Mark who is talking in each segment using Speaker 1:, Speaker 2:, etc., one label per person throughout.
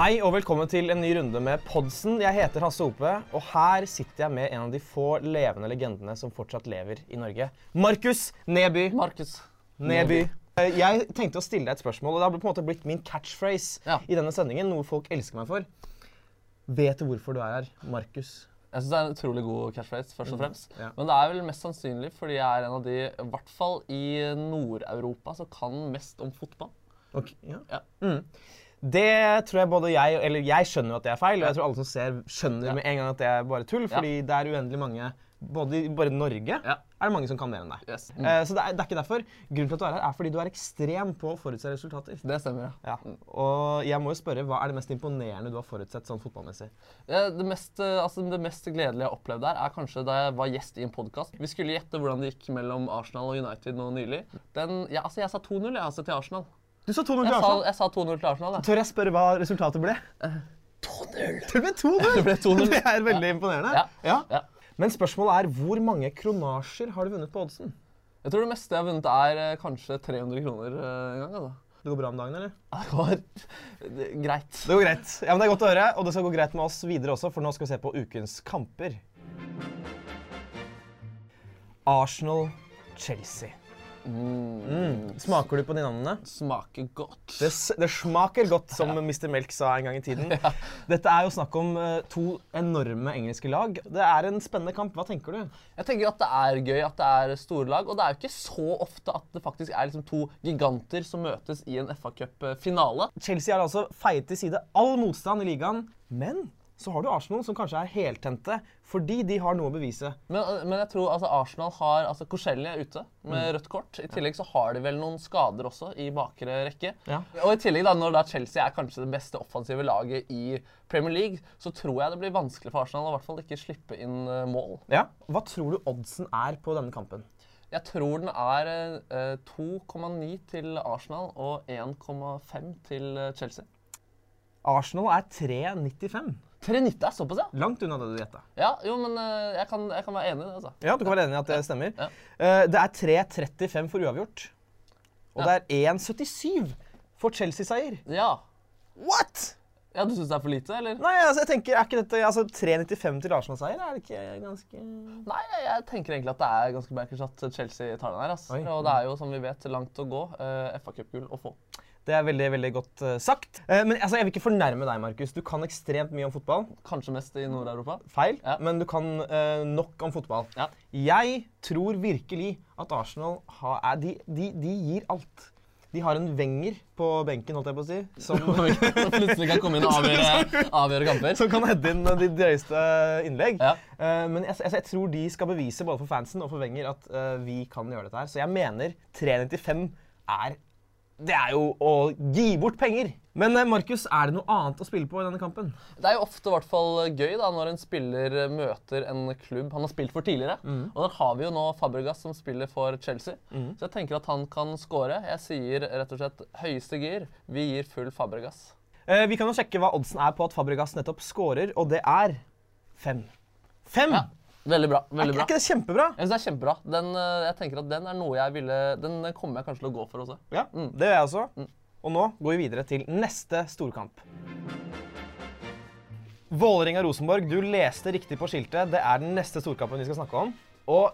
Speaker 1: Hei og velkommen til en ny runde med Podsen. Jeg heter Hasse Hope, og her sitter jeg med en av de få levende legendene som fortsatt lever i Norge. Markus Neby.
Speaker 2: Markus.
Speaker 1: Neby. Eh, Jeg tenkte å stille deg et spørsmål, og det har på en måte blitt min catchphrase
Speaker 2: Ja.
Speaker 1: i denne sendingen, noe folk elsker meg for. Vet du hvorfor du er her, Markus?
Speaker 2: Jeg syns det er en utrolig god catchphrase, først og fremst.
Speaker 1: ja.
Speaker 2: Men det er vel mest sannsynlig fordi jeg er en av de, i hvert fall i Nord-Europa, som kan mest om fotball.
Speaker 1: Ok, ja.
Speaker 2: Ja.
Speaker 1: Mm. Det tror jeg både jeg Eller jeg skjønner jo at det er feil, og jeg tror alle som ser, skjønner
Speaker 2: Ja.
Speaker 1: med en gang at det er bare tull,
Speaker 2: Ja.
Speaker 1: fordi det er uendelig mange Både i bare i Norge
Speaker 2: Ja.
Speaker 1: er det mange som kan mer enn deg.
Speaker 2: Yes.
Speaker 1: Eh, Så det er, det er ikke derfor. Grunnen til at du er her, er fordi du er ekstrem på å forutse resultater.
Speaker 2: Det stemmer, ja.
Speaker 1: Ja. Og jeg må jo spørre, hva er det mest imponerende du har forutsett sånn fotballmessig?
Speaker 2: Eh, Det mest, eh, altså, det mest gledelige jeg har opplevd der, er kanskje da jeg var gjest i en podkast. Vi skulle gjette hvordan det gikk mellom Arsenal og United nå nylig. Den, ja, altså, jeg sa 2-0 jeg, altså, til Arsenal.
Speaker 1: Du sa 2-0 til
Speaker 2: Jeg sa,
Speaker 1: Arsenal.
Speaker 2: jeg sa 2-0 til Arsenal. Jeg.
Speaker 1: sånn, Tør jeg spørre hva resultatet ble?
Speaker 2: 2-0!
Speaker 1: Det ble 2-0!
Speaker 2: Det ble 2-0.
Speaker 1: Det er veldig imponerende.
Speaker 2: Ja.
Speaker 1: Ja.
Speaker 2: Ja.
Speaker 1: Men spørsmålet er, hvor mange kronasjer har du vunnet på oddsen?
Speaker 2: Jeg tror det meste jeg har vunnet, er eh, kanskje 300 kroner eh, en gang. Altså.
Speaker 1: Det går bra om dagen, eller?
Speaker 2: Ja, Det var det, greit.
Speaker 1: Det går greit. Ja, men det er godt å høre, og det skal gå greit med oss videre også, for nå skal vi se på ukens kamper. Arsenal-Chelsea. Mm. Smaker du på de navnene?
Speaker 2: Smaker godt.
Speaker 1: Det, s- det smaker godt, som Mr. Melk sa en gang i tiden. Dette er jo snakk om eh, to enorme engelske lag. Det er en spennende kamp. Hva tenker du?
Speaker 2: Jeg tenker at det er gøy at det er store lag, og det er jo ikke så ofte at det faktisk er liksom to giganter som møtes i en FA Cup-finale.
Speaker 1: Chelsea har altså feiet til side all motstand i ligaen, men så har du Arsenal, som kanskje er heltente fordi de har noe å bevise.
Speaker 2: Men, men jeg tror altså, Arsenal har altså, Korselli er ute med rødt kort. I tillegg så har de vel noen skader også i bakre rekke.
Speaker 1: Ja.
Speaker 2: Og i tillegg da, Når da Chelsea er kanskje det beste offensive laget i Premier League, så tror jeg det blir vanskelig for Arsenal å i hvert fall ikke slippe inn eh, mål.
Speaker 1: Ja. Hva tror du oddsen er på denne kampen?
Speaker 2: Jeg tror den er eh, 2,9 til Arsenal og 1,5 til eh, Chelsea.
Speaker 1: Arsenal er 3,95.
Speaker 2: 3,90 er såpass, ja.
Speaker 1: Langt unna det du gjetta.
Speaker 2: Ja, jo, men eh, jeg kan, jeg kan være enig i det. altså.
Speaker 1: Ja, du kan være enig i at det stemmer.
Speaker 2: Ja.
Speaker 1: Eh, Det er 3,35 for uavgjort. Og
Speaker 2: Ja.
Speaker 1: det er 1,77 for Chelsea-seier.
Speaker 2: Ja.
Speaker 1: What?!
Speaker 2: ja du syns det er for lite, eller?
Speaker 1: Nei, altså, jeg tenker, er ikke dette altså, 3,95 til Arsenal-seier? Er det ikke ganske
Speaker 2: Nei, jeg, jeg tenker egentlig at det er ganske bankers at Chelsea tar den her. ass.
Speaker 1: Oi.
Speaker 2: Og det er jo, som vi vet, langt å gå. eh, FA Cup-gull å få.
Speaker 1: Det er veldig veldig godt eh, sagt. Eh, men altså, jeg vil ikke fornærme deg, Markus. Du kan ekstremt mye om fotball.
Speaker 2: Kanskje mest i Nord-Europa.
Speaker 1: Feil,
Speaker 2: Ja.
Speaker 1: men du kan eh, nok om fotball.
Speaker 2: Ja.
Speaker 1: Jeg tror virkelig at Arsenal har, er, de, de, de gir alt. De har en Wenger på benken, holdt jeg på å si, som
Speaker 2: Som plutselig kan komme inn og avgjøre, avgjøre kamper.
Speaker 1: som kan heade inn eh, de drøyeste innlegg.
Speaker 2: Ja.
Speaker 1: Eh, men jeg, altså, jeg tror de skal bevise både for fansen og for Wenger at eh, vi kan gjøre dette her. Så jeg mener 3,95 er Det er jo å gi bort penger! Men eh, Markus, er det noe annet å spille på i denne kampen?
Speaker 2: Det er jo ofte i hvert fall gøy da, når en spiller møter en klubb han har spilt for tidligere. Og der har vi jo nå Fabregas som spiller for Chelsea. Så jeg tenker at han kan score. Jeg sier rett og slett høyeste gir. Vi gir full Fabregas.
Speaker 1: Eh, vi kan jo sjekke hva oddsen er på at Fabregas nettopp scorer, og det er fem. Fem!
Speaker 2: Ja, veldig bra.
Speaker 1: er,
Speaker 2: veldig
Speaker 1: ikke- er
Speaker 2: bra.
Speaker 1: ikke det kjempebra?
Speaker 2: Jeg synes det er kjempebra. Den, eh, jeg tenker at den er noe jeg ville, den, den kommer jeg kanskje til å gå for også.
Speaker 1: Ja, Det gjør jeg også.
Speaker 2: Mm.
Speaker 1: Og nå går vi videre til neste storkamp. Vålerenga-Rosenborg, du leste riktig på skiltet. Det er den neste storkampen vi skal snakke om. Og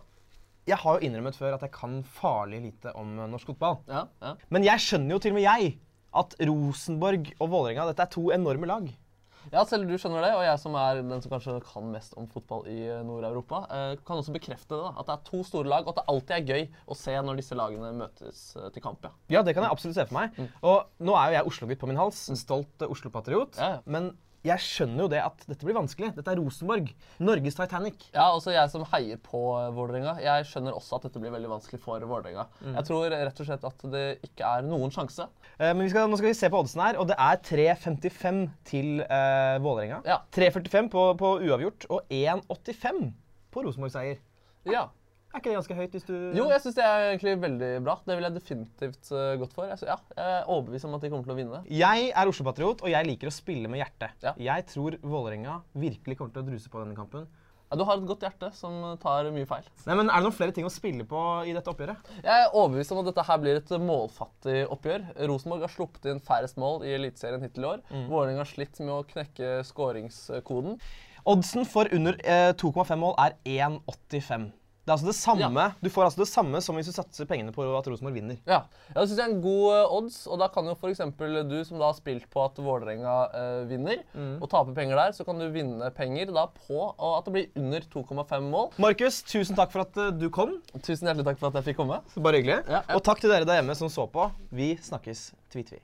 Speaker 1: jeg har jo innrømmet før at jeg kan farlig lite om eh, norsk fotball.
Speaker 2: Ja, ja.
Speaker 1: Men jeg skjønner jo til og med jeg at Rosenborg og Vålerenga dette er to enorme lag.
Speaker 2: ja, selv du skjønner det, og jeg som er den som kanskje kan mest om fotball i eh, Nord-Europa, eh, kan også bekrefte det. da, At det er to store lag, og at det alltid er gøy å se når disse lagene møtes eh, til kamp. ja.
Speaker 1: Ja, det kan jeg absolutt se for meg.
Speaker 2: Mm.
Speaker 1: Og nå er jo jeg Oslo-gutt på min hals, en stolt eh, Oslo-patriot.
Speaker 2: Ja, ja.
Speaker 1: Men jeg skjønner jo det at dette blir vanskelig. Dette er Rosenborg. Norges Titanic.
Speaker 2: Ja, også jeg som heier på eh, Vålerenga. Jeg skjønner også at dette blir veldig vanskelig for Vålerenga. Jeg tror rett og slett at det ikke er noen sjanse.
Speaker 1: Eh, Men vi skal, nå skal vi se på oddsen her, og det er 3,55 til eh, Vålerenga.
Speaker 2: Ja.
Speaker 1: 3,45 på, på uavgjort og 1,85 på Rosenborg-seier.
Speaker 2: Ja.
Speaker 1: Er ikke det ganske høyt hvis du
Speaker 2: Jo, jeg syns det er egentlig veldig bra. Det vil jeg definitivt eh, gått for. Jeg, sy- ja, jeg er overbevist om at de kommer til å vinne.
Speaker 1: Jeg er Oslo-patriot, og jeg liker å spille med hjertet.
Speaker 2: Ja.
Speaker 1: Jeg tror Vålerenga virkelig kommer til å druse på denne kampen.
Speaker 2: Ja, Ja, du har et godt hjerte som tar mye feil.
Speaker 1: Nei, men Er det noen flere ting å spille på i dette oppgjøret?
Speaker 2: Jeg er overbevist om at dette her blir et målfattig oppgjør. Rosenborg har sluppet inn færrest mål i Eliteserien hittil i år. Vålerenga har slitt med å knekke skåringskoden.
Speaker 1: Oddsen for under eh, 2,5 mål er 1,85. Det er altså det samme, Du får altså det samme som hvis du satser pengene på at Rosenborg vinner.
Speaker 2: Ja, ja Det syns jeg er en god eh, odds. og Da kan jo f.eks. du som da har spilt på at Vålerenga eh, vinner, og taper penger der, så kan du vinne penger da på og at det blir under 2,5 mål.
Speaker 1: Markus, tusen takk for at eh, du kom.
Speaker 2: Tusen hjertelig takk for at jeg fikk komme.
Speaker 1: Bare hyggelig.
Speaker 2: Ja, ja.
Speaker 1: Og takk til dere der hjemme som så på. Vi snakkes tvi-tvi.